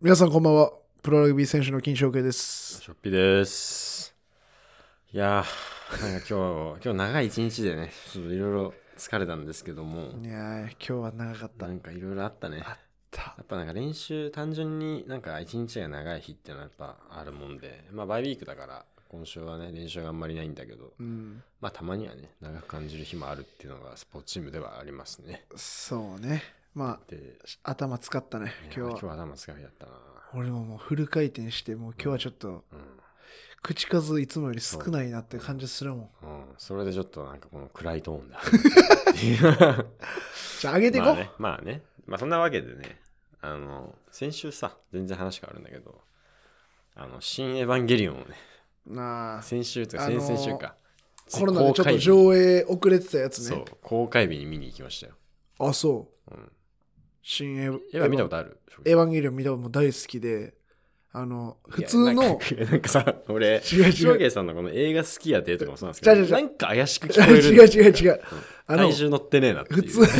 皆さんこんばんは。プロラグビー選手の金翔慶です。しょっぴです。いやー、なんか今日、 今日長い一日でね、ちょっといろいろ疲れたんですけども、いやー、今日は長かった。なんかいろいろあったね。あったやっぱなんか練習、単純になんか一日が長い日ってのはやっぱあるもんで、まあバイウィークだから、今週はね、練習があんまりないんだけど、うん、まあたまにはね、長く感じる日もあるっていうのがスポーツチームではありますね。そうね。まで、いあ、し頭使ったね、や今今日日は。頭疲れちゃったな。俺ももうフル回転して、もう今日はちょっと、う口数いつもより少ないなって感じするもん。ん。うん。それでちょっとなんかこの暗いトーンだ。じゃあ、上げていこまう、あね、まあね。まあそんなわけでね、あの、先週さ、全然話変わるんだけど、あの、新エヴァンゲリオンをね、なあ、先週とかあのー先々週か、コロナでちょっと映、上映遅れてたやつそうね。、公開日に見に行きましたよ。あ、そう。うん。新エヴエヴァ見たことあるエヴァンゲリオン見たことも大好きで、あの、普通いやなんの、か なんかさ、俺、 違う違う翔平さんのこの映画好きやでとかもそうなんですけど、違う違う違うなんか怪しく聞こえる。違う 違う違う。あの体、重乗ってねえなっていう。普通、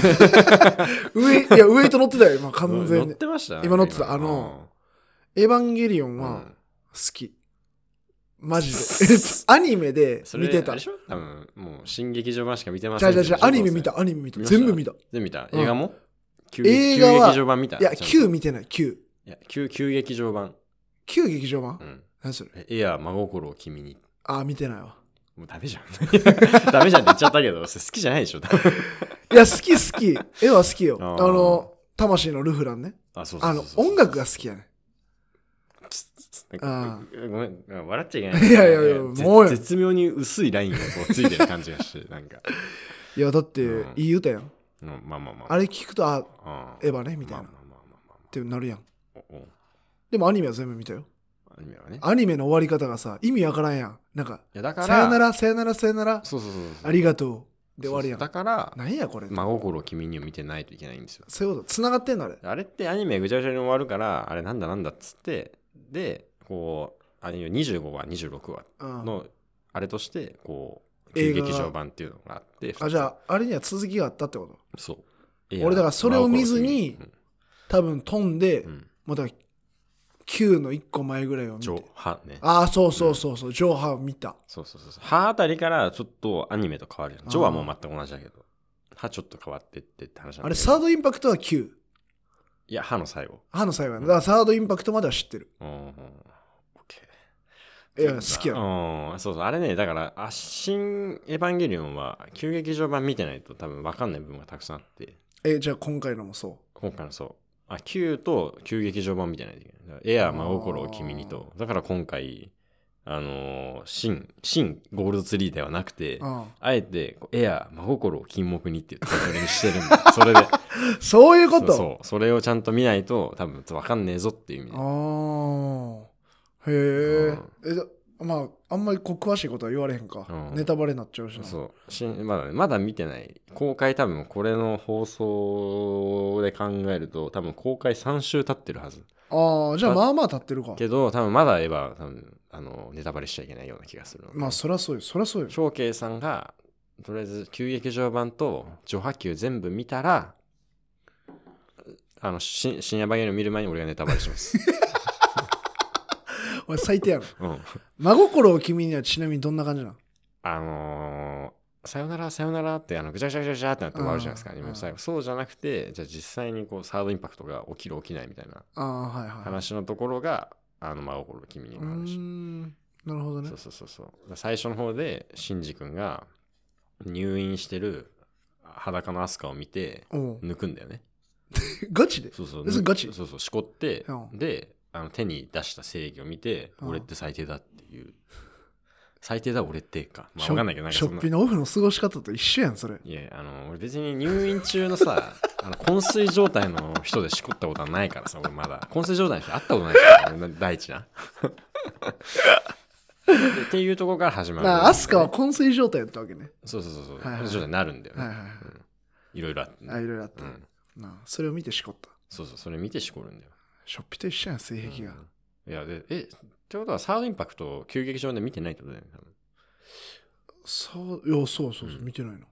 上、いや、ウエイト乗ってたよ、今、完全乗っに。てました今乗ってたあの、エヴァンゲリオンうんは好き。マ ジで。えっとアニメでそれ見てた。あれでじしょ多分、もう、新劇場版しか見てませゃんあけじゃどあじゃあアニメ見。た、アニメ見た。見ました全部見た。い全部見た。うん映画も旧映画は旧劇場版見た。や、ちゃんと9見てない、9。いや、旧旧劇場版。 9劇場版うん。何それえいや、真心を君に。あー、見てないわ。もうダメじゃん。 ダメじゃんって言っちゃったけど、それ好きじゃないでしょ。多分いや、好き好き。 絵は好きよ。ああーの、魂のルフランね。あ、そうそうあそうの、そう音楽が好きやね。あごめん、笑っちゃいけない。いやいやいやぜもうよ絶妙に薄いラインがこうついてる感じがして、なんか。いや、だってうん、いい歌やん。うんまあまあまあ。あれ聞くと、あ、うんエヴァね、みたいな。っまあまあまあまあまあまてなるやん。あおおでもアニメは全部見たよ。アニメはね。アニメの終わり方がさ、意味わからんやん。なんか、いや、だから、さよなら、さよなら、さよなら、そうそうそうそう。ありがとう。で終わりやそうそん。うだから、なんやこれ。真心を君にを見てないといけないんですよ。そういうこと。繋がってんのあれ。あれってアニメぐちゃぐちゃに終わるから、あれなんだなんだっつって、で、こう、アニメ25話、26話うん。の、あれとして、こう、映旧画が劇場版っていうのがあって、あ、じゃあ、あれには続きがあったってことあ、そう。俺だからそれを見ずに多分飛んで、真心もを君に、うんうだから、9の1個前ぐらいをうん、見上て。波ね。ああ、そうそうそうそう、上波を見た。そうそうそうそう。歯あたりからちょっとアニメと変わるじゃん。あージョはもう全く同じだけど、歯ちょっと変わってってって話なんだけどあれ、サードインパクトは9。いや、歯の最後。歯の最後やなだからサードインパクトまでは知ってる。うんうん。オッケー。いや、好きやろ。うん、そうそう、あれね、だから、あ新エヴァンゲリオンは、旧劇場版見てないと多分分かんない部分がたくさんあって、え、じゃあ今回のもそ今回のそう、あ、旧と旧劇場版見てないといけない。だからエアー、真心を君にと。だから今回、あのー新、新ゴールドツリーではなくてう。う、ん。あえて、こうエアー、真心を金目にっていうタイトルにしてるんだ。それで、そう いうこそうとそう、それをちゃんと見ないと、多分分かんねえぞっていう意味で。ああ。へえ。え、じゃまあ、あんまりこう詳しいことは言われへんか。うんネタバレになっちゃうしな。そう新まだねまだ見てない公開多分これの放送で考えると多分公開3週経ってるはずああ、じゃあだまあまあ立ってるか。けど多分まだエヴァ多分あのネタバレしちゃいけないような気がするまあ、そりゃそうよ。そりゃそうよ。翔慶さんがとりあえず急劇場版と序波球全部見たらあの新深夜番組を見る前に俺がネタバレします、お前最低やろ。 うん、真心を君にはちなみにどんな感じなのあのーさよならさよならってあのぐちゃぐちゃぐちゃぐちゃってなって終わるじゃないですか、うんでも最後そうじゃなくてじゃあ実際にこうサードインパクトが起きる起きないみたいなああ、はいはい。話のところが、あの、真心君にうーの話。ん。なるほどねそう。そうそうそう。最初の方で、シンジ君が入院してる裸のアスカを見て、おう抜くんだよね。ガチでそうそう。えそれ抜ガチそうそう、しこってう、んで、あの手に出した正義を見て、うん俺って最低だっていう。最低だ俺ってか。まあ、しょわかんないけど、なんかしょそっんなぴ。のオフの過ごし方と一緒やん、それ。いや、あの、俺別に入院中の さ、あの、昏睡状態の人でしこったことはないからさ、俺まだ。昏睡状態の人会った ことないから、俺第一な。でっていうところから始まる。なあ、アスカは昏睡状態やったわけね。そうそうそうそう、はいはい昏睡状態になるんだよね。はいはいはいいろいろあって、ねあ。いろいろあっうた。ん。なあそれを見てしこった。そうそう、それ見てしこるんだよ。しょっぴと一緒やん、性癖が。うんいや、で、え、ってことはサードインパクトを急劇場で見てないってことだよね、多分。そう、いや、そうそうそう、うん見てないの。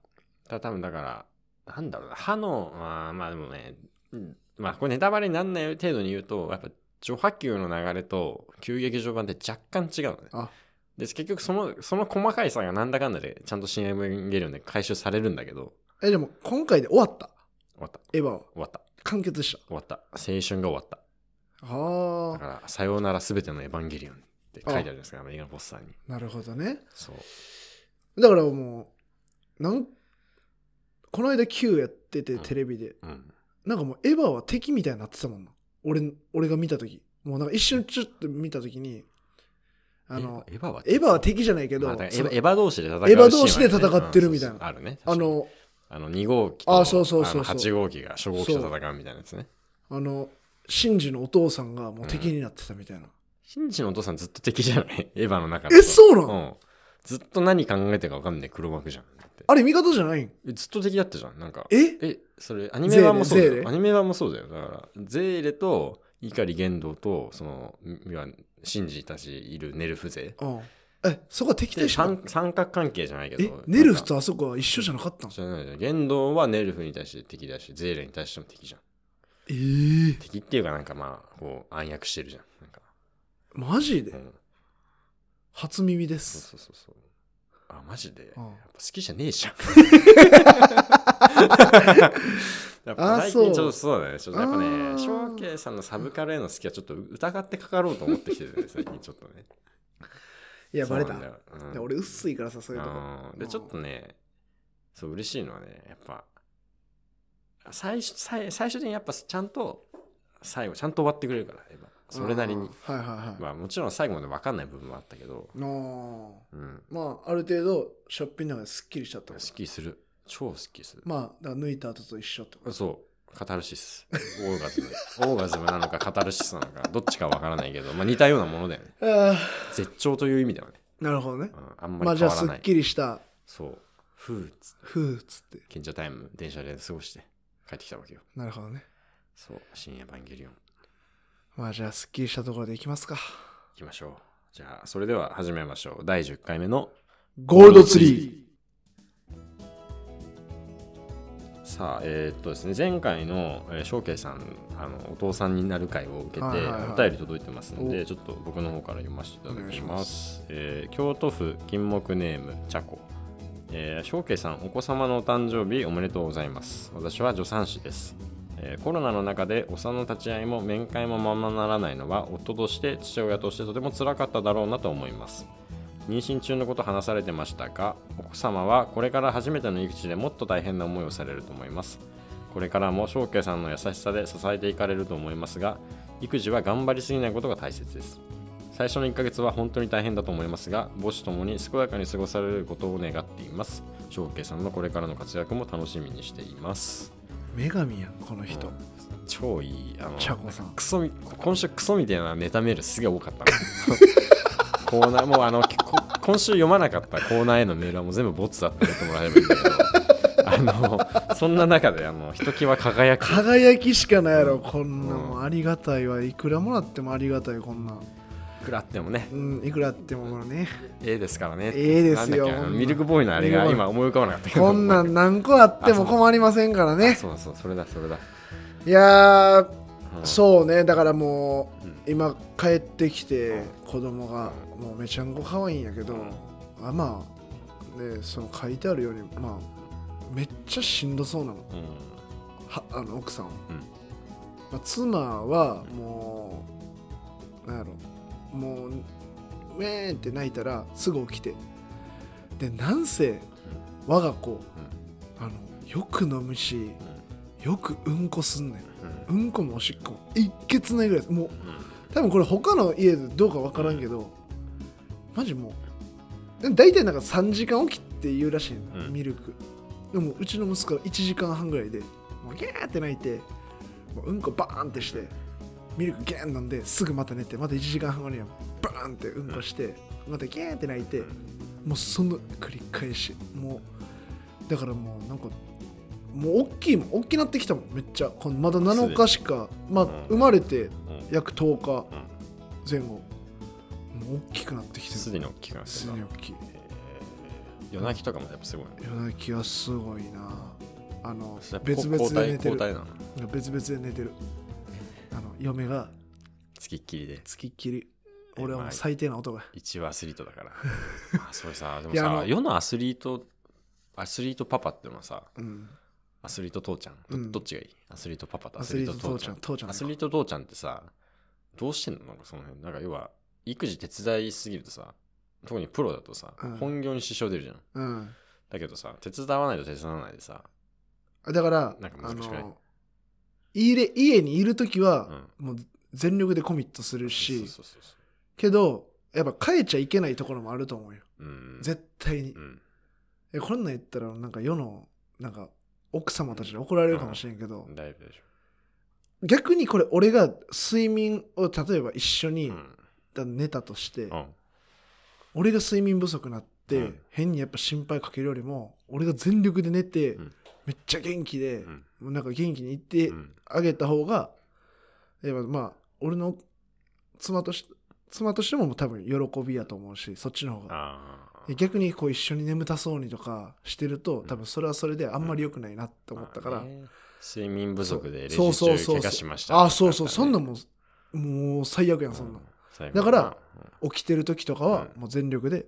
た多分だから、なんだろうな、歯の、まあ、まあでもね、うんまあこれネタバレにならない程度に言うと、やっぱ序波球の流れと急激序盤って若干違うのねあで結局そのその細かい差がなんだかんだでちゃんと新エヴァンゲリオンで回収されるんだけどえ、でも今回で終わった。終わったエヴァは終わった完結し終わった青春が終わったた。あだかあ、ら「さようならすべてのエヴァンゲリオン」って書いてあるじゃないですかアメリカのポスターになるほどね。そうだからもう、なん、この間 Q やっててテレビで、うんなんかもうエヴァは敵みたいになってたもんな。俺、俺が見たとき。もうなんか一瞬ちょっと見たときに、あの、エヴァはエヴァは敵じゃないけど、まあだからエそヴのァエヴァ同士で戦うエヴァ同士でシーンはね戦ってるみたいなうんそうそうあるねあ確かにの、あの2号機あそうそうそうそうあの8号機が初号機と戦うみたいなやつねあの、シンジのお父さんがもう敵になってたみたいな。シンジのお父さんずっと敵じゃないエヴァの中え、そうなの、うんずっと何考えてるか分かんない黒幕じゃんだってあれ味方じゃないんえずっと敵だったじゃんなんかええそれアニメ版もそうだゼーよレアニメ版もそうだよだからゼーレと碇玄道とそのいわシンジたちいるネルフ勢うん。え、そこは敵で対し三三角関係じゃないけどえ、ネルフなんかとあそこは一緒じゃなかったんじゃないじゃん玄道はネルフに対して敵だしゼーレに対しても敵じゃんええ敵っていうかなんかまあこう暗躍してるじゃんなんか、マジうでん、初耳です。そうそうそうそうあマジで、うんやっぱ好きじゃね えじゃん。あやっぱー最近ちょそっとうそうだね。ちょっとやっぱあーね、翔慶さんのサブカルへの好きはちょっと疑ってかかろうと思ってきてるね、最近ちょっとね。 いや、バレた。そいうなんだようんや俺、薄いからさ、そういうとこ。うんで、ちょっとね、そう、嬉しいのはね、やっぱ、最初、最最終的にやっぱちゃんと、最後、ちゃんと終わってくれるから、やっぱそれなりに。うんはいはいはい。まあもちろん最後まで分かんない部分もあったけど、のうん、まあ、ある程度、ショッピングの中ですっきりしちゃった好から。きする。超好きする。まあ、だから抜いた後と一緒ってこと。そう。カタルシス。オーガズム。オーガズムなのか、カタルシスなのか、どっちかわからないけど、まあ似たようなものだよね。あ絶頂という意味ではね。あ、なるほどねう。ん、あんままあ、りじゃ変あ、わらすない。っきりした、そう。ふうっつって、ふうっつって。賢者タイム、電車で過ごして、帰ってきたわけよ。なるほどね。そう。深夜バンゲリオン。まあ、じゃあ、すっきりしたところでいきますか。行きましょう。じゃあ、それでは始めましょう。第10回目の、ゴールドツリさあ、えーっとですね、前回の、えー、ショウケイさん、あの、お父さんになる会を受けて、はいはいはいお便り届いてますので、おちょっと僕の方から読ませていただきお願ます。いしますえー京都府金木ネーム、チャコ。えー、ショウケイさん、お子様のお誕生日おめでとうございます。私は助産師です。えーコロナの中でお産の立ち会いも面会もままならないのは夫として父親としてとても辛かっただろうなと思います妊娠中のこと話されてましたがお子様はこれから初めての育児でもっと大変な思いをされると思いますこれからも翔慶さんの優しさで支えていかれると思いますが育児は頑張りすぎないことが大切です最初の1ヶ月は本当に大変だと思いますが母子ともに健やかに過ごされることを願っています翔慶さんのこれからの活躍も楽しみにしていますー。女神やん、この人。超いいあのチャコさん。クソみ今週クソみたいなネタメールすげえ多 かったなコーナーもうあのこ今週読まなかったコーナーへのメールはもう全部ボツだって言ってもらえればいいんだけどあのそんな中であのひときわ輝く輝きしかないやろ、こんなうんもんありがたいわ。いくらもらってもありがたい、こんなん。くらってもねうん、いくらあってもこのね。ええですからねええですよなんだっけあのほんまミルクボーイのあれがミルクボーイ今思い浮かばなかった けどこんなん何個あっても困りませんからあね。そうそうそれだそれだ、いやー、うんそうね、だからもう、うん今帰ってきて、子供がもうめちゃんこ可愛いんやけど、あまあ、ね、その書いてあるように、まあ、めっちゃしんどそうなの、うんはあの奥さんは。うんまあ、妻はもう、なんやろ、もう、ウェーンって泣いたらすぐ起きて。で、なんせ、我が子、あのよく飲むし、よくうんこすんねんうんうんこもおしっこも一血ないぐらいですもううん多分これ他の家でどうか分からんけどマジもうでも大体なんか3時間起きって言うらしいの、うんミルクでもうちの息子は1時間半ぐらいでもうギャーって泣いてもううんこバーンってしてミルクギャーン飲んですぐまた寝てまた1時間半後にはバーンってうんこして、またギャーって泣いてもうその繰り返しもうだからもうなんかもう大きいもん大きなってきたもんめっちゃこのまだ7日しかまあうん生まれてうん約10日うん前後もう大きくなってきてるすでに大きくなってするでなに大きい夜泣きとかもやっぱすごいね夜泣きはすごいなあのそれやっぱ別々で寝て交代交代るなの別々で寝てるあの嫁が付ききっきりでつきっきりえ俺はもまあう最低な男や一応アスリートだからあそれさでもいやあさの世のアスリートアスリートパパってのはさうんアスリート父ちゃんど,、うんどっちがいいアスリートパパとアスリート父ちゃん父ちゃんアスリート父ちゃんってさどうしてんのなんかその辺なんか要は育児手伝いすぎるとさ特にプロだとさ、うん本業に支障出るじゃんうんだけどさ手伝わないと手伝わないでさだからなんかあ難しくないの家で家にいる時うはんもう全力でコミットするそしうそうそうそけどやっぱ変えちゃいけないところもあると思うよううん絶対にうんえこんなん言ったらなんか世のなんか奥様たちに怒られるかもしれんけどだいぶでしょ逆にこれ俺が睡眠を例えば一緒うにん寝たとしてうん俺が睡眠不足になっうてん変にやっぱ心配かけるよりも俺が全力で寝てうんめっちゃ元気でうんもうなんか元気にいってうんあげた方がやっぱまあ俺の妻とし妻としてももう多分喜びやと思うしそっちの方がああで逆にこう一緒に眠たそうにとかしてると多分それはそれであんまり良くないなって思ったから、まあね睡眠不足でレジそうそう中そうそう怪我しましたああそうそうそんなんもうもう最悪やんそんなん最後だから起きてる時とかはうんもう全力で、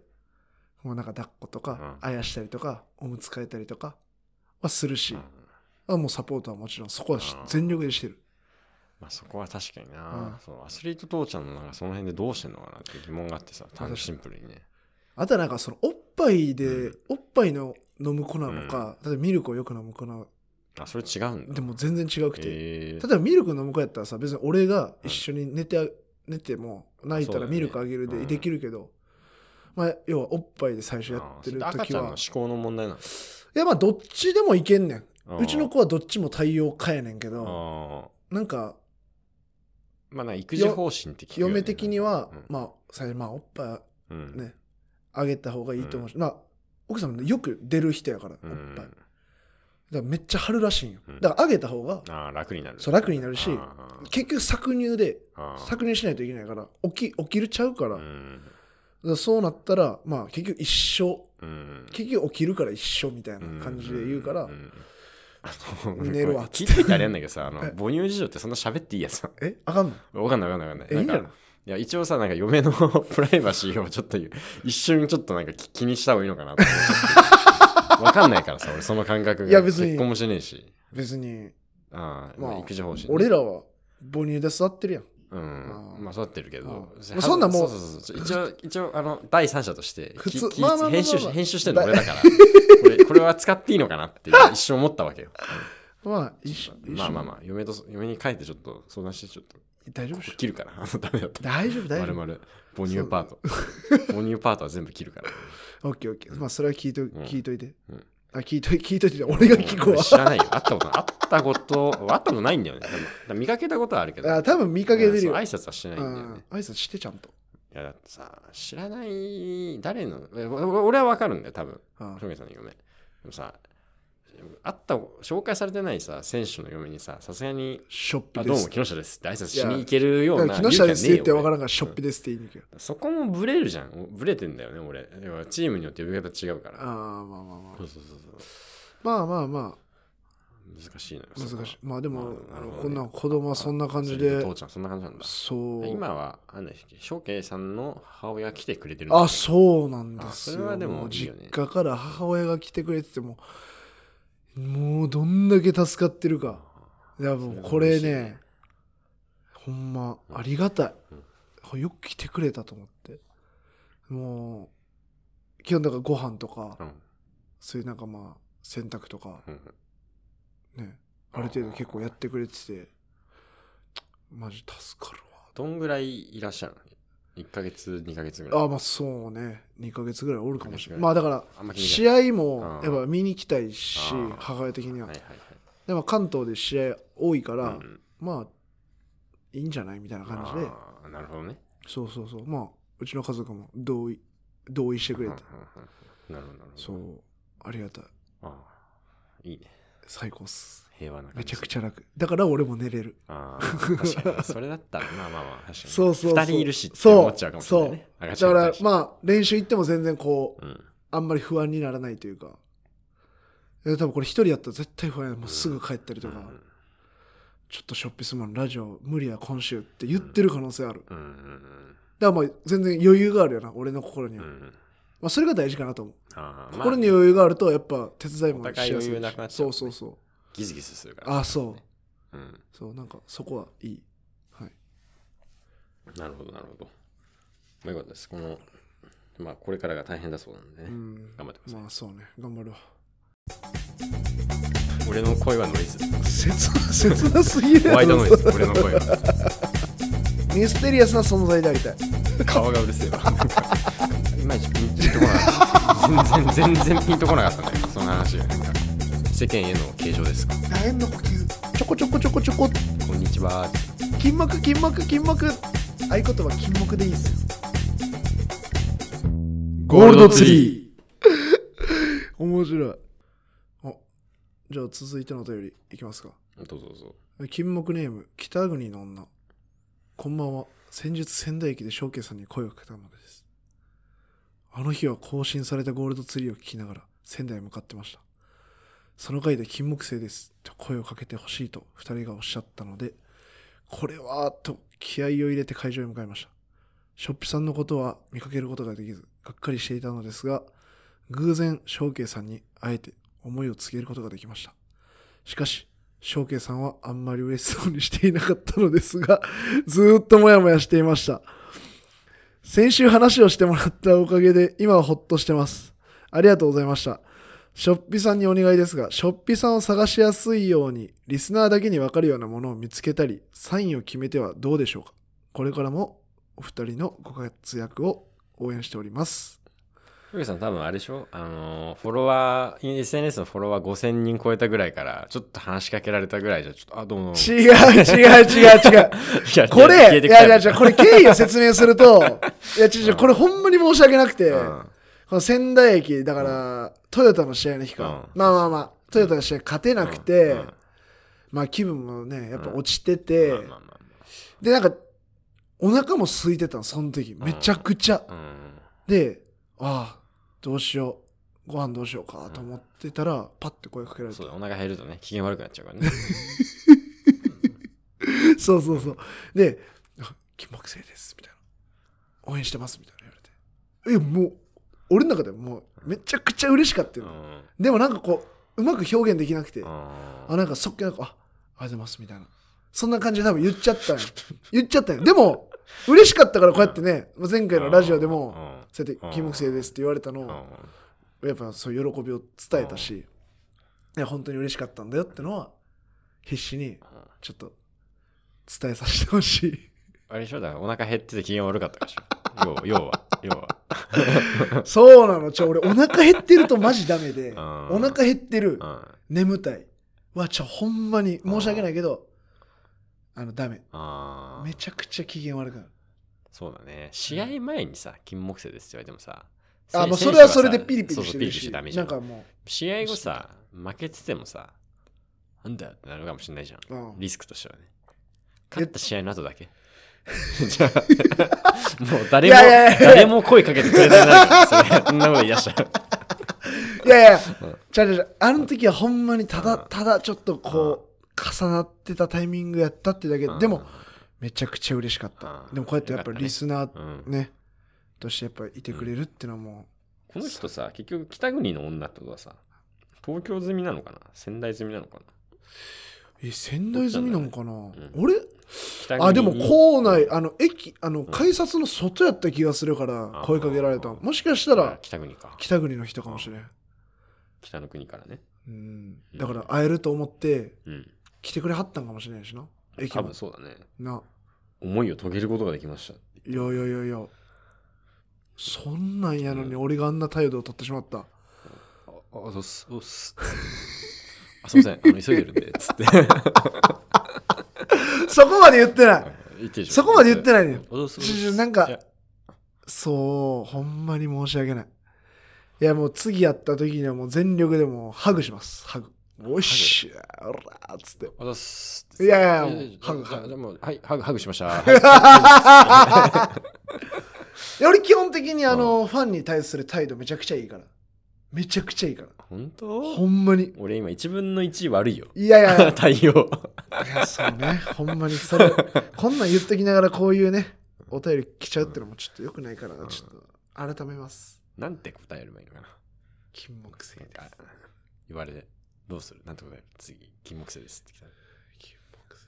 もうなんか抱っことか、うあやしたりとかおむつ替えたりとかはするしうん、あもうサポートはもちろんそこはしうん全力でしてるまあそこは確かにうなんそうアスリート父ちゃんのなんかその辺でどうしてんのかなって疑問があってさ単にシンプルにねあとはなんかそのおっぱいで、うんおっぱいの飲む子なのか、例えばミルクをよく飲む子なのあそれ違うんだでも全然違くて、え例えばミルク飲む子やったらさ別に俺が一緒に寝てあ、寝ても泣いたらミルクあげるそうだよでねできるけど、まあ要はおっぱいで最初やってる赤時ちゃんのは思考の問題ないやまあどっちでもいけんねんのうちの子はどっちも対応かやねんけあどーなんかまあなんか育児方針って聞くよね嫁的には、うんまあ最初まあおっぱうんいねあげた方がいいと思うし、まあ奥さんもよく出る人やから、うおっぱいだかんらめっちゃ張るらしいんようんだからあげた方があー楽になるそう楽になるしあー結局搾乳であー搾乳しないといけないから起き起きるちゃうから,、うだかんらそうなったらまあ結局一生うん結局起きるから一緒みたいな感じで言うから、んんうんうん寝るわ聞いてみたらあれやんだけどさ、あのえ母乳事情ってそんな喋っていいやつなえあかんのの わかんないわかんないわかんない。えいいんじゃななんいかいや、一応さ、なんか嫁の プライバシーをちょっと言う一瞬ちょっとなんか気気にした方がいいのかなと思って わかんないからさ、俺その感覚が。いや別に結婚もしねえし。別にああ、まあまあ、育児方針。俺らは母乳で育ってるやんうんあ。ーまあ、育ってるけど。あーまあそんなもうそうそうそう一応、一応、あの、第三者として、普通ききまあまあまあまあ編集し、編集してるの俺 だから。これ、これは使っていいのかなっていう一瞬思ったわけよ。まあ一緒一まあ緒まあまあ、嫁と嫁に帰ってちょっと相談して、ちょっと大丈夫っしょ切るから。 あのダメだった。大丈夫大丈まる夫まる母乳パート。母乳パートは全部切るから。オッケーオッケーまあそれは聞いと,、ん聞いといて、うんあ聞いとい聞いといて俺が 聞くもうわ知らないよ。会ったことない。会ったこと、会ったことないんだよね。でもだから見かけたことはあるけど。あ多分見かけてるそうよ、挨拶はしてないんだようんね。挨拶してちゃんと、いやだってさ、知らない、誰の、えお俺はわかるんだよ、多分。うん翔平さんの嫁。でもさ、会った、紹介されてないさ、選手の嫁にさ、さすがに、ショッあピどでうすも木下ですって挨拶しに行けるようだなか勇ら木気下はねでえすって言ってよ分からんからショッピですって言いに行くよ、俺そこもブレるじゃん。おブレてんだよね、俺。要はチームによって呼び方違うから。ああまあまあまあそうそうそうそまあまあまう。難しいのよ。あそこ難はしいまあでも、まああなるのほどねこんな子供はそんな感じで父ちゃん、そんな感じなんだ。そう今は、あの、翔慶さんの母親が来てくれてるんだあそうなんですよあそれはでもういいよ実ね家から母親が来てくれててももうどんだけ助かってるかいやもうこれそれは嬉しいねねほんまありがたい、よく来てくれたと思ってもう基本だからご飯とか、うんそういうなんかまあ洗濯とかうんねある程度結構やってくれててマジ助かるどんぐらいいらっしゃるの ?1 ヶ月、2ヶ月ぐらい。わあまあそうね2ヶ月ぐらいおるかもしれない二ヶ月ぐらいまあだからあんま気にし試合もうんやっぱ見に行きたいしうん母親的にない。ははいはいでも関東で試合多いから、はい。うんまあいいんじゃないみたいな感じであーなるほどね。そうそうそうまあうちの家族も同意同意してくれうんうんて、うんなるほど、なるほど。そうありがたいあーいいね。最高っす平和な感めじ。ちゃくちゃ楽だから俺も寝れるあー確かに。それだったら、まあまあまあ、確かに。そうそうそう2人いるしって思っちゃうかもしれないね。だ赤ちゃかんら二人まあ練習行っても全然こううん。あんまり不安にならないというかえ多分これ一人やったら絶対不安やもうすぐ帰ったりとか、うんちょっとしょっぴすまんラジオ無理や今週って言ってる可能性あるだかうんうんらまあ全然余裕があるよな俺の心にうんうは、まんあ、それが大事かなと思う、あーまあ心に余裕があるとやっぱ手伝いもしおや互いすいし余裕なくなっちゃそううそうそうギスギスするからああそううんそうなんかそこはいいはいなるほどなるほどまあよかったですこのまあこれからが大変だそうなんでね、うん頑張ってくださいまあそうね頑張るわ俺の声はノイズ切な切なすぎるホやワイトろノイズ俺の声はミステリアスな存在でありたい顔がうるせえわなんかいまいちピンとこなかった全然全然ピンとこなかったねその話がなんか世間への継承ですか楕円の呼吸ちょこちょこちょこちょここんにちはって金木金木金木合言葉金木でいいっすよゴールドツリリー面白いあじゃあ続いてのお便りいきますかどうぞどうぞ金木ネーム北国の女こんばんは先日仙台駅で翔慶さんに声をかけたものですあの日は更新されたゴールドツリーを聞きながら仙台へ向かってましたその回で金木犀ですと声をかけてほしいと二人がおっしゃったのでこれはと気合を入れて会場へ向かいましたショッピさんのことは見かけることができずがっかりしていたのですが偶然翔慶さんに会えて思いを告げることができましたしかし、翔慶さんはあんまり嬉しそうにしていなかったのですが、 ずーっともやもやしていました。先週話をしてもらったおかげで、今はほっとしてます。ありがとうございました。ショッピさんにお願いですが、ショッピさんを探しやすいように、リスナーだけにわかるようなものを見つけたり、サインを決めてはどうでしょうか。これからもお二人のご活躍を応援しております。ふうさん多分あれでしょあのーフォロワー SNS のフォロワー5000人超えたぐらいからちょっと話しかけられたぐらいじゃちょっとあどうもどうも違う違う違う違う。いやこ消えれ、いてくやいやタイプいや、これ経緯を説明する と、いや、ちょちょ、これほんまに申し訳なくて、うんこの仙台駅、だから、トヨタの試合の日か、うんまあまあまあ、トヨタの試合勝てなくて、うんうんまあ気分もね、やっぱ落ちてて、まあまあまで、なんか、お腹も空いてたの、その時、めちゃくちゃ。あまあで、ああ、どうしよう、ご飯どうしようかと思ってたら、パッて声かけらうんれてそうだお腹減るとね機嫌悪くなっちゃうからね そうそうそう。で、あ金木犀です、みたいな。応援してます、みたいな言われて。え、もう、俺の中でもう、めちゃくちゃ嬉しかったうよ。んでもなんかこう、うまく表現できなくて、あ、あなんかそっけなく、あ、ありがとうございます、みたいな。そんな感じで多分言っちゃったんよ。言っちゃったんよ。でも、嬉しかったからこうやってね、まあ前回のラジオでも、そうやって、金木犀ですって言われたのうんうんを、やっぱそういう喜びを伝えたし、いや、本当に嬉しかったんだよってのは、必死にちょっと伝えさせてほしいあれでしょだからお腹減ってて機嫌悪かった でしょ要要は要はそうなのちょ俺お腹減ってるとマジダメでんお腹減ってるうん眠たいはちょほんまに申し訳ないけどあのダメあめーちゃくちゃ機嫌悪くなるそうだね試合前にさ金木犀ですって言われてもさあせもうそ選れ手はさそれでピリピそリうそしてうピるリピリししてダメじなゃんかんも試合後さ負けててもさなんだよってなるかもしれないじゃんう、うんリスクとしてはね。勝った試合の後 だけ。じゃあ、もう誰も、いやいやいや誰も声かけてくれてないから、そんなこと言い出したら。いやいやうんちゃうちゃうちゃうあの時はほんまにただうんただちょっとこう重なってたタイミングやったってだけででもめちゃくちゃ嬉しかったうんでもこうやってやっぱりリスナーうん、うんねとしてやっぱいてくれるってのはもこの人さ、結局、北国の女ってことはさ、東京済みなのかな仙台済みなのかなうえ仙台済みなのかな、ん俺北国あでも校内うんあの駅あの改札の外やった気がするからあ声かけられたあもしかしたあら北国か。北国の人かもしれん、北の国からね。うん、だから会えると思ってうん。来てくれはったんかもしれないしな駅多も分そうだね。な思いを遂げることができました。いやいやいやいやそんなんやのに俺があんな態度を取ってしまった、 あ、あそうっす、そうっす。あ、すいません、あの急いでるんで、つ って。そこまで言ってない言ってでしょそこまで言ってないねおどうするちょちょなんかいやそうほんまに申し訳ないいやもう次やった時にはもう全力でもうハグしますハグおっしゃおらっつっておどうすいやいやいやええハグじゃハグじゃもうはいハグハグしま したはい いや俺基本的にあの、ファンに対する態度めちゃくちゃいいからめちゃくちゃいいから本当ほんまに俺今1分の1悪いよいやいや 対応いやそうねほんまにそれこんなん言っときながらこういうねお便り来ちゃうってのもちょっとよくないからんちょっと改めますなんて答えればいいのかな金木犀なんですか言われてどうするなんて答える次金木犀ですって来たら金木犀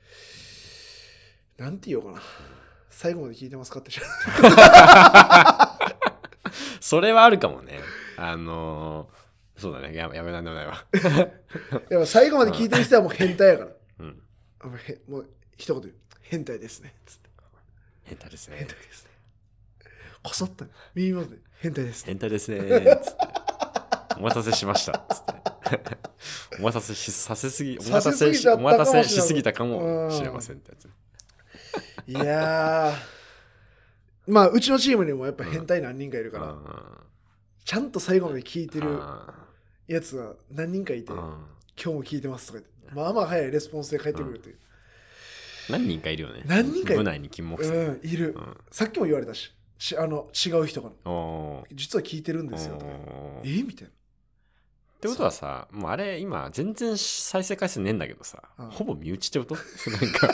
ですなんて言おうかな最後まで聞いてますかって じゃあそれはあるか もねあのーそうだねややめなんでもないわいや最後まで聞いてる人はもう変態やからうんあもうへもう一言言う変態ですねつって変態です変ね態ですねこそっと耳元で変態 ですね変態ですねーつってお待たせしましたつってお待たせしさせすぎお待たせさせすしぎちゃったおかもしれない待たせしすぎたかもしれませんってやついやーまあうちのチームにもやっぱ変態何人かいるから、あちゃんと最後まで聞いてーるあやつが何人かいて、ー今あ日も聞いてますとか言って、まあまあ早いレスポンスで返ってくるっていう。ー何人かいるよね何人かいる部内に金木犀うん、いる、うんさっきも言われたし、ちあの違う人から、おー実は聞いてるんですよとか。おえーみたいな。ってことはさ、もうあれ今全然再生回数ねえんだけどさ、うんほぼ身内ってこと なんか。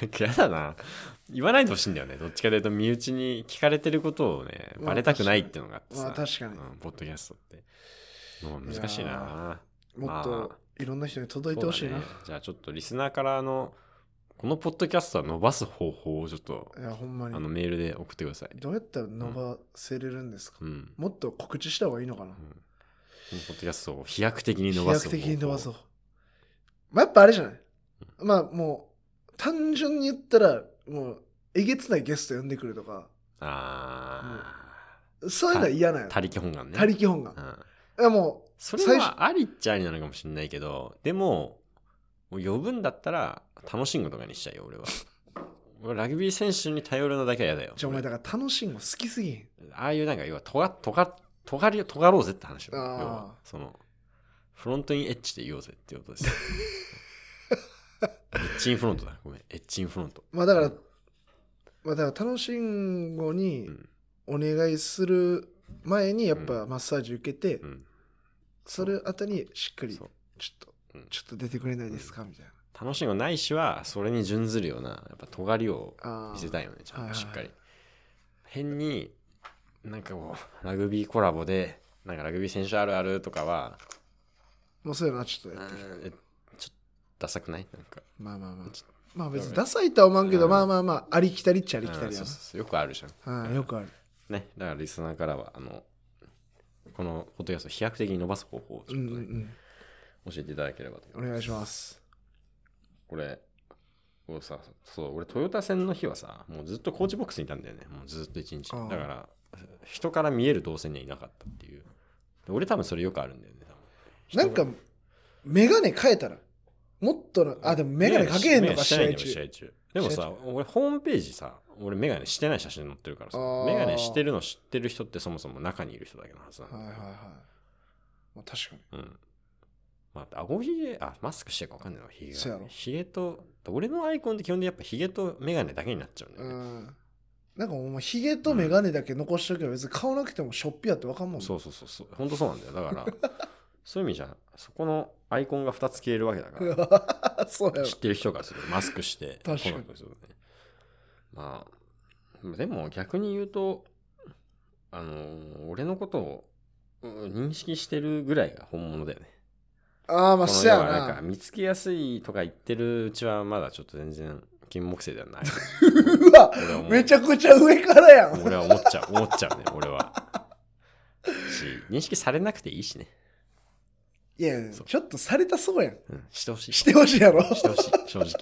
なんかやだな。言わないでほしいんだよね。どっちかというと身内に聞かれてることをね、まあバレたくないっていうのがあってさ。まあ確かにうんポッドキャストって。もう難しいいな。もっといろんな人に届いてそうほだしいな。ねじゃあちょっとリスナーからあの、このポッドキャストは伸ばす方法をちょっと、いや、ほんまあにの。メールで送ってください。どうやったら伸ばせれるんですか、うん。もっと告知した方がいいのかな、うんこのポッドキャストを飛躍的に伸飛ばす躍方法。的に伸ばそう。まあ、やっぱあれじゃないまあもう、単純に言ったら、もう、えげつないゲスト呼んでくるとか、あそういうのは嫌なんあ、や。他力本願ね。他力本願う。ん。いやもそれ最初はありっちゃありなのかもしれないけど、でも、もう呼ぶんだったら楽しむことかにしちゃうよ、俺は。俺ラグビー選手に頼るのだけは嫌だよう、。じゃあお前だから楽しいの好きすぎん。ああいうなんか、要は、とが、とが、とがり、とがろうぜって話よ。要あーは、その、フロントインエッチで言おうぜっていうこと です。エッチインフロントだ。ごめん、エッチインフロント。まあだから、まあだから楽しんごにうんお願いする前にやっぱマッサージ受けて、うん。それあたりしっかり、ちそょう。っとうん、ちょっと出てくれないですかみたいな。楽しむないしは、それに準ずるような、やっぱ、とがりをああ見せたいよね、ちゃはんいとはいしっかり。変に、なんかこう、ラグビーコラボで、なんかラグビー選手あるあるとかは、もうそういうのはちょっとうやっていきたいんえちょっとダサくないなんか。まあまあまあちょ。まあ別にダサいとは思わんけど、まあまあまあ、ありきたりっちゃありきたうんりやそうそうなそうよくあるじゃん。はい。よくある。ね、だからリスナーからは、あの、このポッドキャストを飛躍的に伸ばす方法をうちんょうっんとうね、ん。教えていただければと。お願いします。これ、こうさ、そう、俺、トヨタ戦の日はさ、もうずっとコーチボックスにいたんだよね、もうずっと一日。ああだから、人から見える動線にはいなかったっていう。で俺、多分それよくあるんだよね、多な分んか、メガネ変えたら、もっとな、あ、でもメガネかけへんのか、し試ないん合だよ試中。合中。でもさ、俺、ホームページさ、俺、メガネしてない写真載ってるからさあ、ーメガネしてるの知ってる人ってそもそも中にいる人だけのはずなんだはいはいはい。まあ確かに。うん。まあ、顎ひげ、あ、マスクしてるか分かんないわ、ひげそうやがろ。ひげと、俺のアイコンって基本でやっぱひげとメガネだけになっちゃうんだうよね。ん。なんかもうヒゲとメガネだけ残しとけば別に顔なくてもしょっぴやってわかんもんね そうそうそうそう、本当そうなんだよ。だから、そういう意味じゃ、そこのアイコンが2つ消えるわけだから、そうやろ知ってる人からするとマスクして、 確かに好みの人だねまあ、でも逆に言うと、あの、俺のことをうん認識してるぐらいが本物だよね。ああ、まあこのそう要やはなんかな。見つけやすいとか言ってるうちはまだちょっと全然金木犀ではない。うわ俺は思う めちゃくちゃ上からやん。俺は思っちゃう、思っちゃうね、俺は。し、認識されなくていいしね。いやいや、ちょっとされたそうやん。 うん、してほしい。してほしいやろ。してほしい、正直。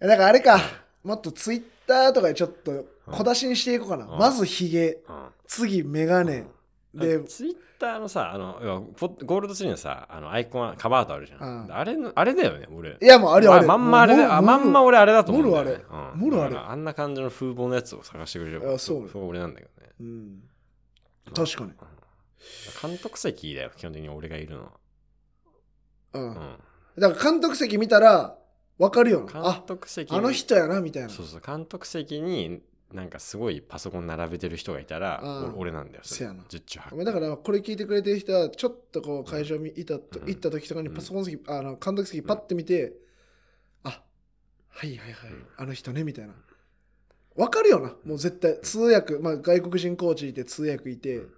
えだからあれか、もっとツイッターとかでちょっと小出しにしていこうかな。うんまずヒゲ、うん次メガネ。で、ツイッターのさあの要はポゴールドツリーのさあのアイコンはカバーとあるじゃん、うんあれのあれだよね俺いやもうあれあれ。まんまあれだもうあまんま。もう俺あれだと思うんだよ、ね、もろあれうんもろあれだからあんな感じの風貌のやつを探してくれればあそうそう俺なんだけどねうん。確かに。監督席だよ基本的に俺がいるのは、う。うんん、だから監督席見たら、わかるよな。監あ、督席にあの人やな、みたいな。そうそう監督席になんかすごいパソコン並べてる人がいたらあーお俺なんだよせやな十中八まあだからこれ聞いてくれてる人はちょっとこう会場見いたと、うん行った時とかにパソコン席、あの監督席パッて見て、あはいはいはい、うんあの人ねみたいなわかるよなもう絶対通訳、まあ、外国人コーチいて通訳いて、うん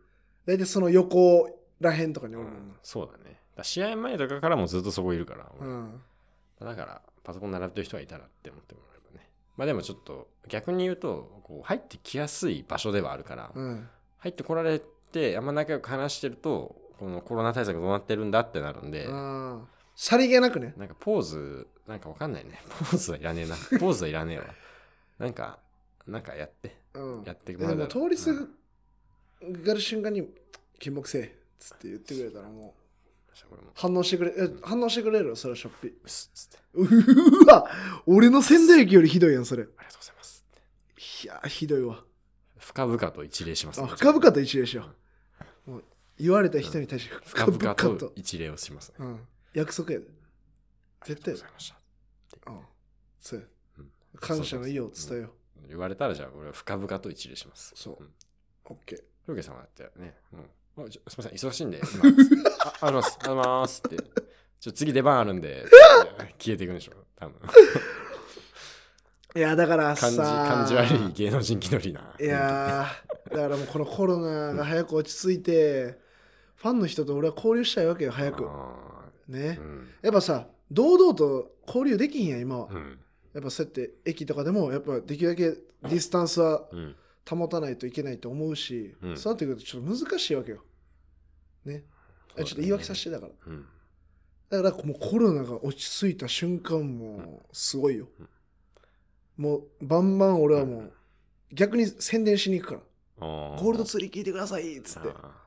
大体その横らへんとかにおうるもんんそうだねだから試合前とかからもずっとそこいるから、な、俺うんだからパソコン並べてる人がいたらって思ってもらえばねまあでもちょっと逆に言うとこう入ってきやすい場所ではあるから、うん入ってこられてあんま仲良く話してるとこのコロナ対策どうなってるんだってなるんで、あーさりげなくねなんかポーズなんかわかんないね ポーズはいらねえなポーズはいらねえわなんかなんかやってうんやってでもらえたもら通りうんすがる瞬間に「金木せえ」っつって言ってくれたらもうこれも反応してくれえ反応してくれるそれはしょっぴうっすっつってうわ俺の仙台駅よりひどいやんそれありがとうございますっていやひどいわ深々と一礼します、あ深々と一礼しようもう言われた人に対して深深々々とと一礼をしますねうん、約束やで絶対ありがとうございましたうんそうやうん感謝の意を伝えよう言われたらじゃあ俺は深々と一礼しますそうんオッケーふうけさんはだってね、うんあちょすみません、忙しいんで、 今ああります、ありますって、ちょ次出番ある んで、消えていくんでしょ、多分いやだからさ感じ感じ悪い芸能人気取りな。いやーだからもうこのコロナが早く落ち着いてファンの人と俺は交流したいわけよあ早ー、くねうんやっぱさ堂々と交流できひんやん今はうんやっぱそうやって駅とかでもやっぱできるだけディスタンスはうん保たないといけないと思うし、うんそうなってくるとちょっと難しいわけよ。ね。あちょっと言い訳させてだから。うんだからもうコロナが落ち着いた瞬間もうすごいよ。うんもうバンバン俺はもううん逆に宣伝しに行くかあーら。ゴールドツリー聞いてくださいっつってあ。ー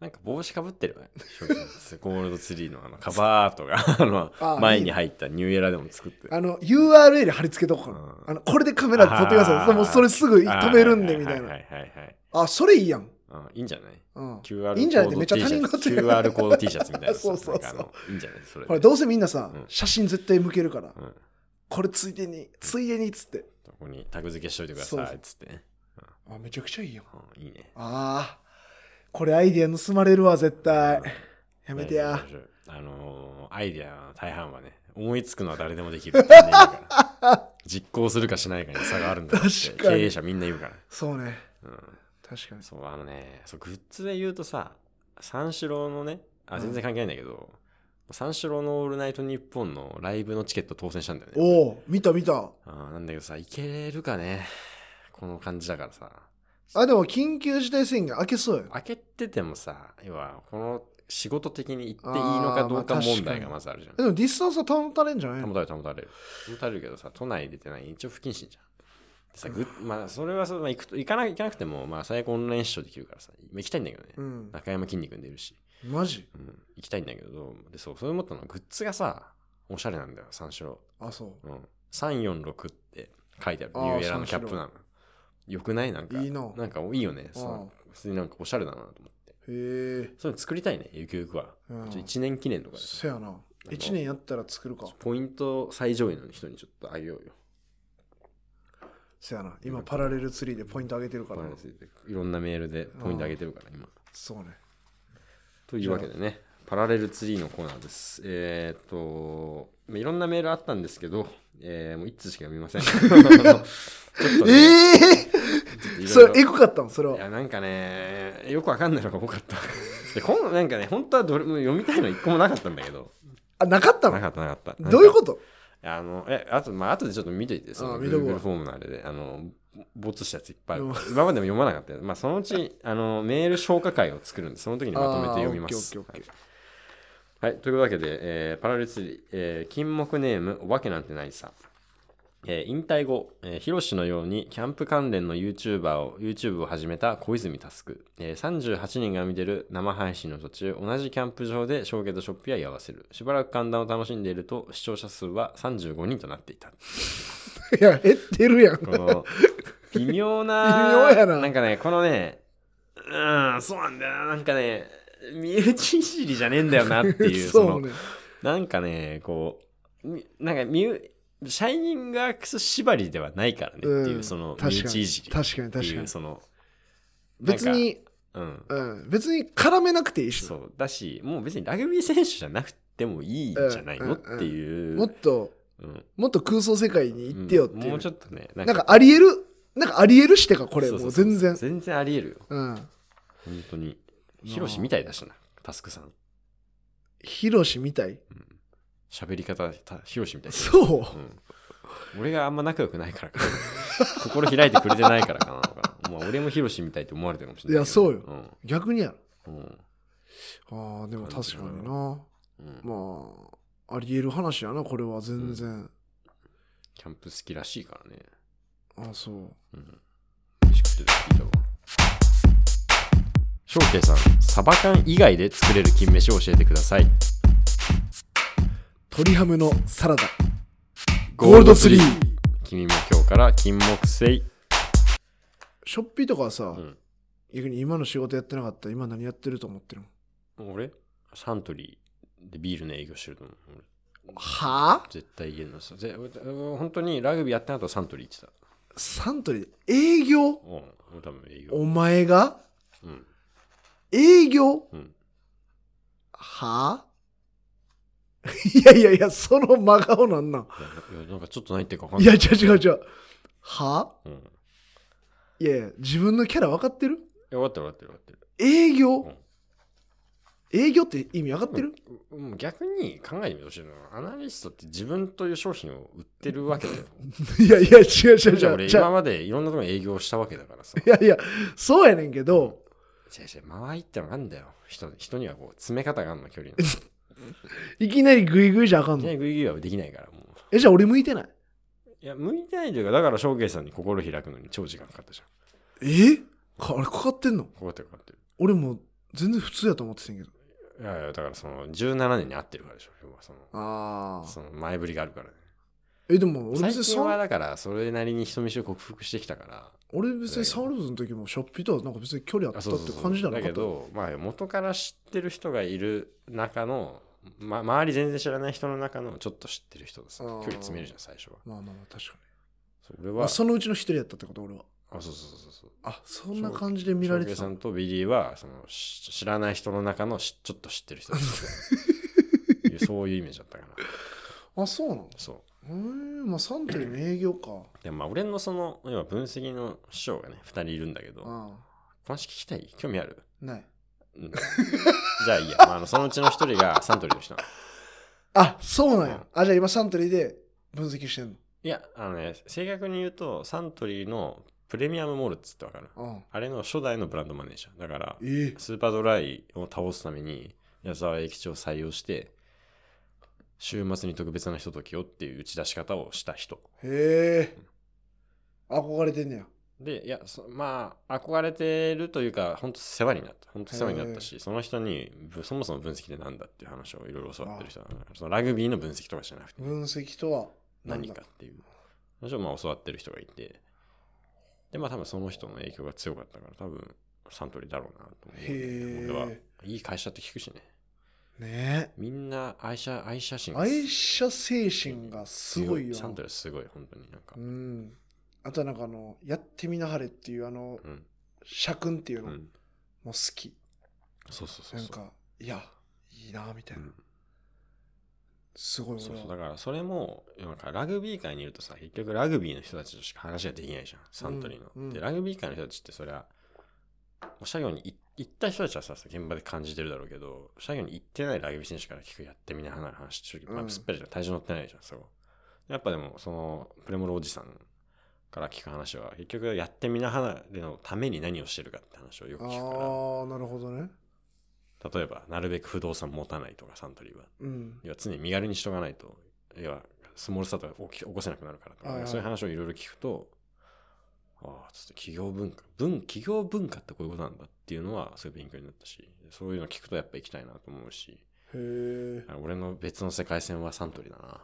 なんか帽子かぶってるわね。翔くんゴールドツリーのあのカバーアートがあのあー前に入ったニューエラでも作ってる。あの URL 貼り付けとこうかな。うんあのこれでカメラで撮ってくださあーい。もうそれすぐあー止めるんでみたいはな。いはいはいはいあ、それいいやん。はい。うんいいんじゃないうん。 QR いいんじゃないってコめっーちゃド他人 T 事シャツ QR コード T シャツみたいなそうそうそうなんかあのいいんじゃないそれでほらどうせみんなさ、うん写真絶対向けるから、うんこれついでについでにっつってここにタグ付けしといてくだそうさそいうっつってねあめちゃくちゃいいようんいいねあーこれアイディア盗まれるわ絶対うんやめてや大丈夫大丈夫あのーアイデアの大半はね思いつくのは誰でもできるってみんな言うから実行するかしないかに差があるんだって確かに経営者みんな言うからそうねうん確かにそうあのねそうグッズで言うとさ三四郎のねあ全然関係ないんだけど三四郎の「オールナイトニッポン」のライブのチケット当選したんだよねおお見た見たあーなんだけどさ、いけるかね。この感じだからさ。あでも緊急事態宣言開けそうよ開けててもさ、要は、この仕事的に行っていいのかどうかあーまあ問題確かにがまずあるじゃんえ。でもディスタンスは保たれんじゃない保たれる保たれる。保たれるけどさ、都内出てない、一応不謹慎じゃん。でさ、ぐまあ、それはそう、まあ、行くと行かな行かなくても、まあ、最悪オンライン視聴できるからさ、行きたいんだけどね。うん中山筋肉に出るし、マジうん、行きたいんだけど、で、そう、それ思ったの、グッズがさ、おしゃれなんだよ、三四郎。あそうん、346って書いてあるあニーューエラのキャップなのよくないなんかいいななんかいいよねその普通になんかおしゃれだなと思ってうへえそれ作りたいねゆくゆくは、うんちょ1年記念とかでさそやな1年やったら作るかポイント最上位の人にちょっとあげようよそやな今パラレルツリーでポイント上げてるからなうんいろんなメールでポイントあげてるから今そうねというわけでねパラレルツリーのコーナーですえーっとまあいろんなメールあったんですけど、えーもう1通しか読みま せんちょっええとねちょっといろいろそれエグかったのそれいはやなんかねよくわかんないのが多かったで今なんかね本当はどれもう読みたいの一個もなかったんだけどあなかったなのかったなかったどういうこととあのえあとまあ後でちょっと見といてそあの見とこう Google フォームのあれであのぼボツしたやついっぱいあるうん今までも読まなかったやつ、まあ、そのうちあのメール消化会を作るんでその時にまとめて読みますあーオッケーオッケーオッケーはい、というわけで、えーパラレルツリー、えー金木ネーム、お化けなんてないさ。えー引退後、えーヒロシのようにキャンプ関連の YouTuber を、YouTube を始めた小泉タスク。えー38人が見てる生配信の途中、同じキャンプ場でショーケートショップや居合わせる。しばらく寒暖を楽しんでいると、視聴者数は35人となっていた。いや、減ってるやん。この、微妙な、微妙やなんかね、このね、うん、そうなんだよな。なんかね、身内いじ りじゃねえんだよなっていう、そそうのね。なんかね、こう、みなんか身シャイニングアークス縛りではないからねっていう、その身確か内いにじりっ確かにて確かいうにそのなんか別に、うんうん、別に絡めなくていいしそうだしもう別にラグビー選手じゃなくてもいいんじゃないのっうんうんうんていう、もっとうんもっと空想世界に行ってよっていう、んもうちょっとねななんかありえるなんかありえるしてかこれそそもう全然全然ありえるようん本当になあヒロシみたいだしなタスクさんヒロシみたい喋り方たヒロシみたいそううん、俺があんま仲良くないからか 心開いてくれてないからかなまあ俺もヒロシみたいって思われてるかもしれないいやそうようん逆にやろうんあーでも感確じかだなになうんまあありえる話やなこれは全然、キャンプ好きらしいからねあそううん飯食ってたの聞いたわ翔慶さんサバ缶以外で作れる金飯を教えてください鶏ハムのサラダゴールドツリー君も今日から金木犀ショッピーとかはさ、うん逆に今の仕事やってなかったら今何やってると思ってるの俺サントリーでビールの営業してると思う俺はあ絶対言えんのさぜ本当にラグビーやってなかったらサントリー行ってたサントリー営業うん、多分営業。お前がうん、営業うん。はあ いやいやいやその真顔なんなんいやな、いやなんかちょっと何言ってるか分かいんなやい。違う違う違うはあうん。いいやいや自分のキャラ分かってるや、分かってる分かってる分かってる。営業、うん営業って意味分かってる、うん逆に考えてみてほしいのは、アナリストって自分という商品を売ってるわけだよ。 いやいや違う違うじゃあ違う俺違今うま でいろんなところに営業したわけだからさ。いやいやそうやねんけど違う違う、間合いってのがあるんだよ。人人にはこう、詰め方があるの、距離の。いきなりグイグイじゃあかんいきなのりグイグイはできないから、もう。えじゃあ俺向いてないいや、向いてないというか、だから、翔慶さんに心開くのに超時間かかったじゃん。えかあれかかってんのこうやってかかってる。俺もう全然普通やと思ってたんやけどいやいや、だからその、17年に合ってるからでしょ、要はその、ああその前振りがあるからね。えでも俺最別に近はサンだからそれなりに人見知りを克服してきたから俺別にサウルズの時もショッピーとはなんか別に距離あったって感じじゃなだかけったど、まあ、元から知ってる人がいる中の、ま、周り全然知らない人の中のちょっと知ってる人ですあ距ー離詰めるじゃん最初はまあまあまあ確かそう俺にはああそそのうちの一人やったってこと俺はうそうそうそうそうあそんな感じで見られて翔平たさんとビリーはそのし知らない人の中のしちょっと知ってる人 ですいうそういうイメージだったからあそうなのそううーんまあサントリーの営業かでまあ俺のその要は分析の師匠がね2人いるんだけどこあの話聞きたい興味あるあないうんじゃあいいや、まああの、そのうちの一人がサントリーの人なのあそうなんうやんあじゃあ今サントリーで分析してんのいやあのね正確に言うとサントリーのプレミアムモルツってわかるうんあれの初代のブランドマネージャーだからええスーパードライを倒すために矢沢永吉を採用して週末に特別なひとときをっていう打ち出し方をした人へえ憧れてんねやでいやそまあ憧れてるというか本当世話になった本当世話になったしその人にぶそもそも分析でなんだっていう話をいろいろ教わってる人だからそのラグビーの分析とかじゃなくて分析とは何だかっていうもちろんまあ教わってる人がいてでまあ多分その人の影響が強かったから多分サントリーだろうなと思うんだよへねー俺はいい会社って聞くしねねみんな愛車愛車え心が愛車精神がすごいよサなントリーはすごい本当になんかうんあとはなんかあの「やってみなはれ」っていうあのうん社訓っていううのもん好きそうそうそうなんそうかいやいいなみたいうなんすごいそう俺そうはだからそれもなんかラグビー界にいるとさ結局ラグビーの人たちとしか話ができないじゃんサントリーの、うんうんでラグビー界の人たちってそりゃもう社業にい行った人たちはさ現場で感じてるだろうけど社業に行ってないラグビー選手から聞くやってみない話話正直、まうあ、んすっぱりじゃん体重乗ってないじゃんそこやっぱでもそのプレモルおじさんから聞く話は結局やってみなはれのために何をしてるかって話をよくああ聞くかーなるほどねら例えばなるべく不動産持たないとかサントリーはうん要は常に身軽にしとかないと要はスモールスタートが起き起こせなくなるからとか、はいはいそういう話をいろいろ聞くとああちょっと企業文化文企業文化ってこういうことなんだっていうのはすごい勉強になったしそういうの聞くとやっぱ行きたいなと思うしへえあ俺の別の世界線はサントリーだな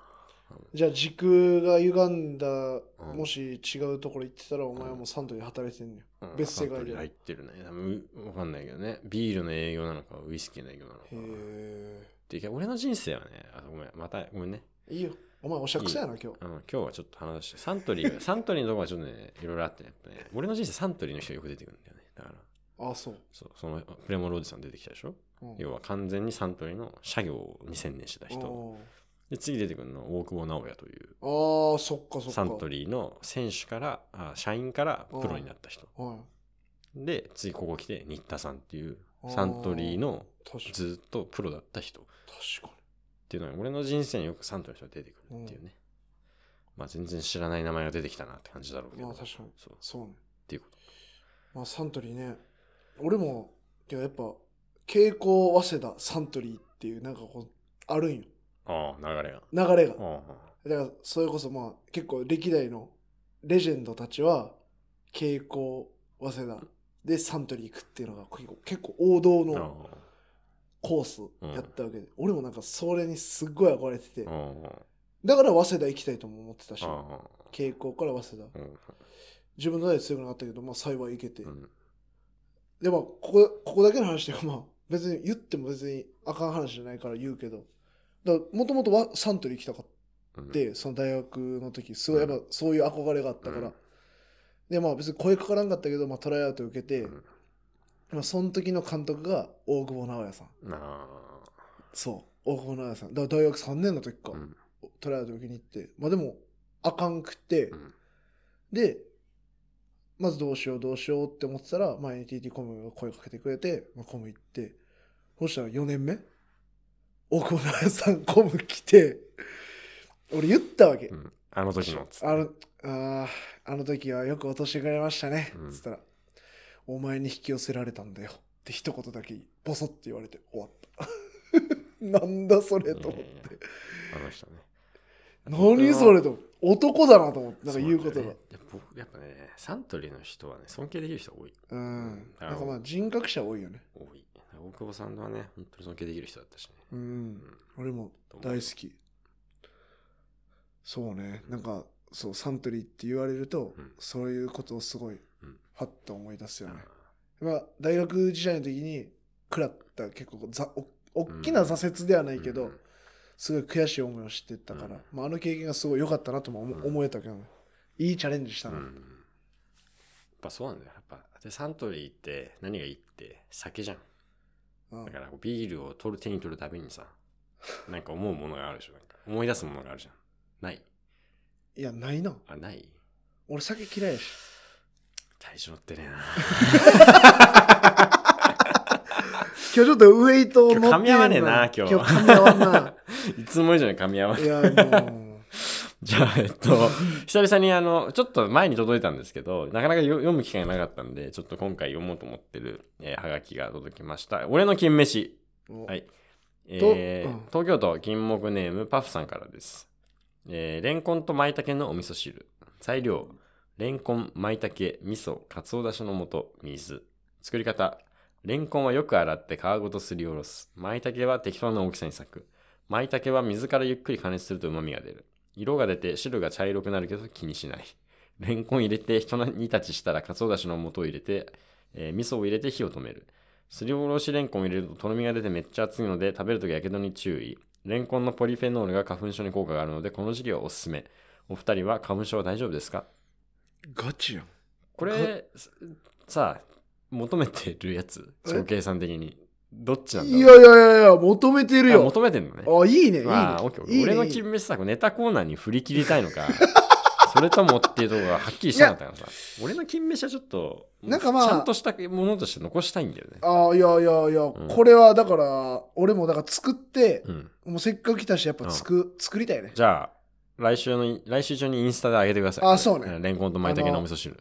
じゃあ時空が歪んだうんもし違うところ行ってたらお前はもうサントリーで働いてんねうん別世界でサントリー入ってるね多分うわかんないけどねビールの営業なのかウイスキーの営業なのかんへでいや俺の人生はねあごめんまたごめんねえいいよお前おしゃくそやな今日うん、今日はちょっと話して、サント リーが、サントリーのとこはちょっとね、いろいろあってね、やっぱね、俺の人生サントリーの人よく出てくるんだよね。だから、ああそう、そうそのプレモルおじさん出てきたでしょうん要は完全にサントリーの社業を2000年してた人。おーで、次出てくるのは大久保直也という、ああそっかそっかサントリリーの選手から、あ社員からプロになった人。ーはいで、次ここ来て、新田さんっていう、あーサントリーの確かにずっとプロだった人っ確かていうのは、俺の人生によくサントリーの人が出てくるっていうね。まあ、全然知らない名前が出てきたなって感じだろうけにど。まあ確かにそう。っそうねていうこと。まあサントリーね俺もいややっぱ蛍光早稲田サントリーっていうなんかこうあるんよああ、流れが。流れがああだからそれこそまあ結構歴代のレジェンドたちは蛍光早稲田でサントリー行くっていうのが結構結構王道ああ。のコースやったわけで、俺もなんかそれにすっごい憧れてて、ああ。だから早稲田行きたいとも思ってたしああ。蛍光から早稲田うん自分の代で強くなかったけどまあ幸い行けて、うん。でまあここここだけの話でまあ別に言っても別にあかん話じゃないから言うけどもともとはサントリー行きたかっうん、てその大学の時すごいやっぱそういう憧れがあったから、うんでまあ別に声かからんかったけど、まあ、トライアウト受けて、うんまあ、その時の監督が大久保直也さんあそう大久保直也さんだから大学3年の時か、あ。うん。トライアウト受けに行ってまあでもあかんくて、うんでまずどうしようどうしようって思ってたら、まあ、NTT コムが声かけてくれて、まあ、コム行ってそしたら4年目大久保直也さんコム来て俺言ったわけ、うん。あの時の。つってあの、あーあの時はよく落としてくれましたね。うんつったら、お前に引き寄せられたんだよ。って一言だけボソって言われて終わった。 なんだそれと思っいやいて。あの人ね。何それと思って男だなと思って、なんか言うことそがなん。だよねで僕やっぱね、サントリーの人はね、尊敬できる人多い。うん。うんなんかまあ人格者多いよね。多い。大久保さんはね、本当に尊敬できる人だったしね。うん。俺も大好き。そうね。なんか、そう、サントリーって言われると、うんそういうことをすごい、うんファッと思い出すよね。あまあ、大学時代の時に食らった結構ざお大きな挫折ではなーいけど、うんすごい悔しい思いをしてたから、うんまあ、あの経験がすごい良かったなとも思,、うん思えたけどねいいチャレンジしたうんな、やっぱそうなんだよ。やっぱ、でサントリーって何がいいって酒じゃん。うんだからこうビールを取る手に取るたびにさ、 なんか思うものがあるでしょ。なんか思い出すものがあるじゃん。ない。いやないなあ、ない俺酒嫌いやし体重乗ってねえな。今日ちょっとウエイト乗って今日噛み合わねえな今日今日噛み合わん ないつも以上に噛み合わない いやもじゃあ、えっと、久々にあの、ちょっと前に届いたんですけど、なかなかよ読む機会がなかったんで、ちょっと今回読もうと思ってる、えー、はがきが届きました。俺の金飯。うはいとえーうん東京都金木ネームパフさんからです。えーレンコンと舞茸のお味噌汁。材料、レンコン、舞茸、味噌、かつおだしの素、水。作り方、レンコンはよく洗って皮ごとすりおろす。舞茸は適当な大きさに裂く。舞茸は水からゆっくり加熱すると旨味が出る。色が出て汁が茶色くなるけど気にしない。レンコン入れて一煮立ちしたらかつおだしの素を入れて、えー味噌を入れて火を止める。すりおろしレンコンを入れるととろみが出てめっちゃ熱いので食べるときやけどに注意。レンコンのポリフェノールが花粉症に効果があるのでこの時期はおすすめ。お二人は花粉症は大丈夫ですかガチやんこれささあ求めてるやつえ長計算的にどっちなんだろいうやいやいやいや求めてるあよ求めてんのね。あいいねいいね,、まあ、オッケーオッケーいいね俺のいいね金飯作ネタコーナーに振り切りたい のかそれともっていうところがはっきりしなかったからさ俺の金飯はちょっとなんかまあちゃんとしたものとして残したいんだよねあいやいやいや、んこれはだから俺もだから作って、うんもうせっかく来たしやっぱ作,、作りたいねじゃあ来週の来週中にインスタで上げてくださいあそうねレンコンと舞茸のお味噌汁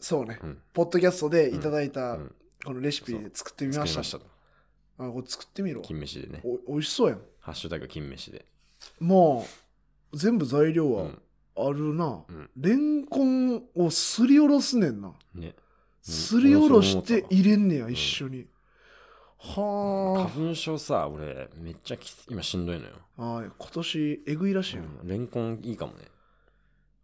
そうね、うんポッドキャストでいただいたうんこのレシピで作ってみま作しりた。ましたとあ、これ作ってみろ。金飯でねお美味しそうやん。ハッシュタグ金飯でまあ、全部材料うはんあるな。うんレンコンをすりおろすねんな。ねすりおろして俺入れんねや、ん一緒に。花は粉症さ俺めっちゃきつ今しんどいのよ、あ。はい、今年、えぐいらしいよ、うんレンコンいいかもね、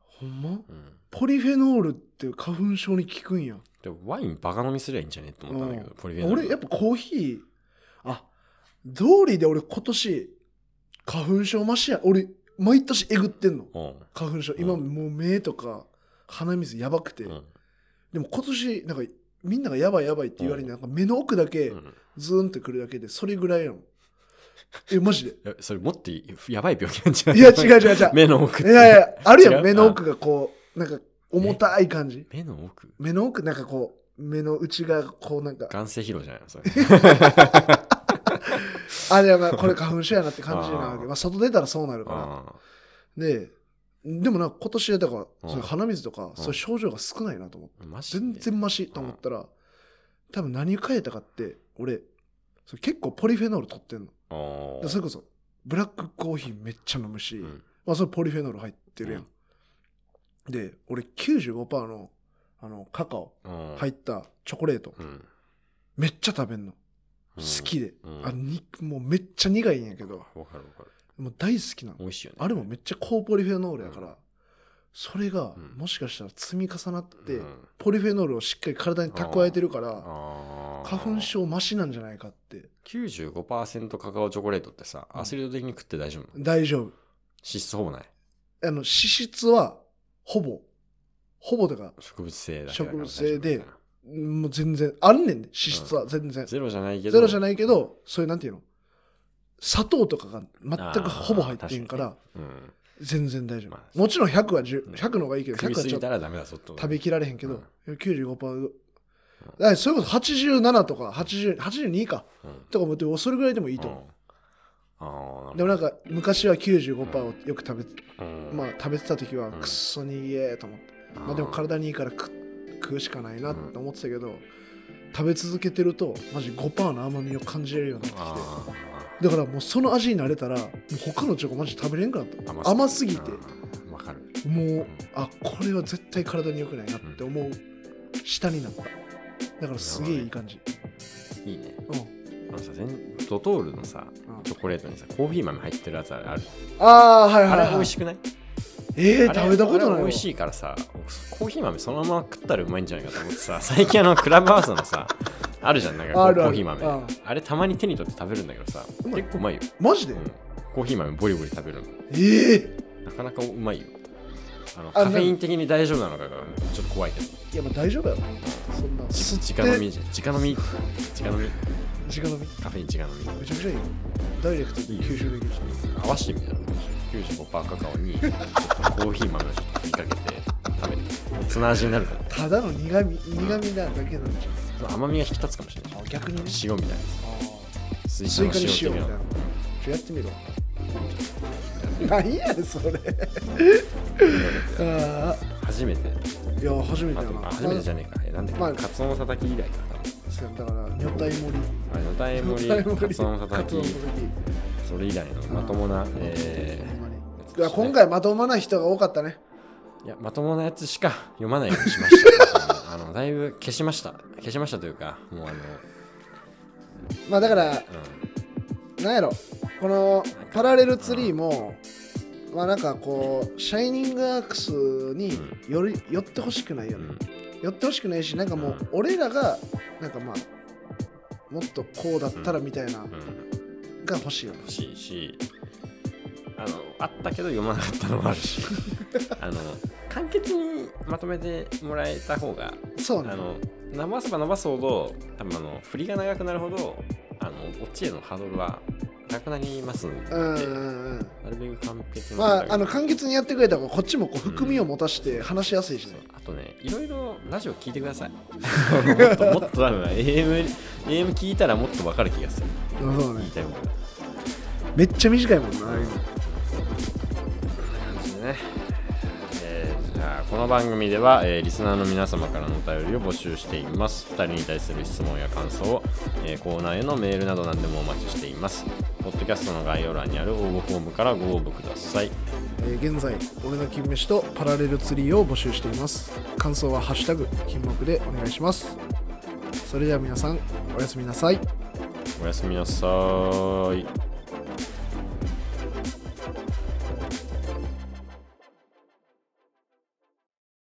ほんまうんポリフェノールって花粉症に効くんや。でワインバカ飲みすりゃいいんじゃねって思ったんだけうど、んポリフェノール俺、やっぱコーヒー、あ、道理で俺今年、花粉症マシやん俺毎年えぐってんのうん花粉症今、うんもう目とか鼻水やばくて、うんでも今年なんかみんながやばいやばいって言われるのになんか目の奥だけうんズーンってくるだけでそれぐらいやのえマジで えそれもっといやばい病気なんじゃないいや違う違う違う目の奥っいてやいやある違やうん目の奥がこうなんか重たい感じ目の奥目の奥なんかこう目の内がこうなんか眼性疲労じゃないのそれあれやばいこれ花粉症やなって感じなわあ けーまあ、外出たらそうなるかあらででもなんか今年はだからうんその鼻水とかそういう症状が少ないなと思ってーマジで全然マシと思ったら多分何変えたかって俺そう結構ポリフェノール取ってんのあーでそれこそブラックコーヒーめっちゃ飲むし、うんまあそれポリフェノール入ってるやん、で俺95%のあのカカオうん入ったチョコレートうんめっちゃ食べんのうん好きで、うんあにもうめっちゃ苦いんやけどわかるわかるもう大好きなの美味しいよねあれもめっちゃ高ポリフェノールやから、それがうんもしかしたら積み重なって、うんポリフェノールをしっかり体に蓄えてるからあー花粉症マシなんじゃないかって95%カカオチョコレートってさうんアスリート的に食って大丈夫脂大丈夫質ほぼないあの脂質はほぼほぼだから植物性だけだか植ら物性で大丈夫みたいもう全然あんねんね脂質は全然、なゼロじゃないけどゼロじゃないないけどそういうなんていうの砂糖とかが全くほぼ入ってんからうん全然大丈夫、まあもちろん100は10うん100の方がいいけど食100いはちすょぎっとたらダメだぞってこと食べきられへんけど、95%んだからそれこそ87とか80 82かうんとか思ってそれぐらいでもいいとうん思あうあでもなんか昔は95%をよく食べて、うんまあ、食べてた時はうんクソにげえと思って、まあ、でも体にいいから食食うしかないなって思ってたけど、食べ続けてるとマジ5%の甘みを感じれるようになってきてあだからもうその味になれたらもう他のチョコマジ食べれんくなっーた甘すぎてうんわかるもううんあこれは絶対体に良くないなって思う下になっただからすげえいい感じいいねうん、あのさ全ドトールのさうんチョコレートにさコーヒー豆入ってるやつあるあるああーはいはあい、はい、れ美味しくないえあー、れ食べたことあなれい美わ味しいからさコーヒー豆そのまま食ったらうまいん じゃないかと思ってさ最近あのクラブハウスのさあるじゃんなんかこうあるあるコーヒー豆うんあれたまに手に取って食べるんだけどさうまい結構うまいよ、マジで、うんコーヒー豆ボリボリ食べるええのなかなかうまいよあのあカフェイン的に大丈夫なのかがちょっと怖いけどいやまあ大丈夫やろそんな吸って直飲みじゃん直飲み直飲み直飲みカフェイン直飲みめちゃくちゃいいよダイレクトに吸収できるし合わせてみたら95%カカオにコーヒー豆をちょっと振りかけて食べるツナ味になるからただの苦味苦味なだけなんじゃその甘みが引き立つかもしれないんあ逆にね塩みたいなあ水ースイカに的塩みたいなちょやってみろ何やねんそれあ初めてーいや初めてあやとなあ初めてじゃゃねえかえなんでまあカツオのたたき以来かだから女体盛り多分あの大盛女体りカツオのたたカツオきのたそれ以来のまともなえほんまにーやつですいねや今回まともな人が多かったねいやまともなやつしか読まないようにしました あのだいぶ消しました消しましたというかもうあのまあだからうなんやろこのパラレルツリーも、まあなんかこうシャイニングアークスにより寄ってほしくないよんうねん、寄ってほしくないしなんかもうんう俺らがなんかまあもっとこうだったらみたいなうんが欲しいよね欲しいしあのあったけど読まなかったのもあ るしあの簡潔にまとめてもらえた方がそうねあの伸ばせば伸ばすほど多分あの振りが長くなるほどあのオチへのハードルはなくなりますんでうんうんなうんるべく完璧なまああの簡潔にやってくれた方がこっちもこう含みを持たせて話しやすいしねそうあとねいろいろラジオ聞いてく ださいもっともっと多分 AM, AM 聞いたらもっと分かる気がするうんそう言いねたいものがめっちゃ短いもんなこんな感じでね、えーじゃあこの番組では、えーリスナーの皆様からのお便りを募集しています2人に対する質問や感想を、えーコーナーへのメールなど何でもお待ちしていますポッドキャストの概要欄にある応募フォームからご応募くださいえー現在俺の金飯とパラレルツリーを募集しています感想は「ハッシュタグ金目」でお願いしますそれでは皆さんおやすみなさいおやすみなさーい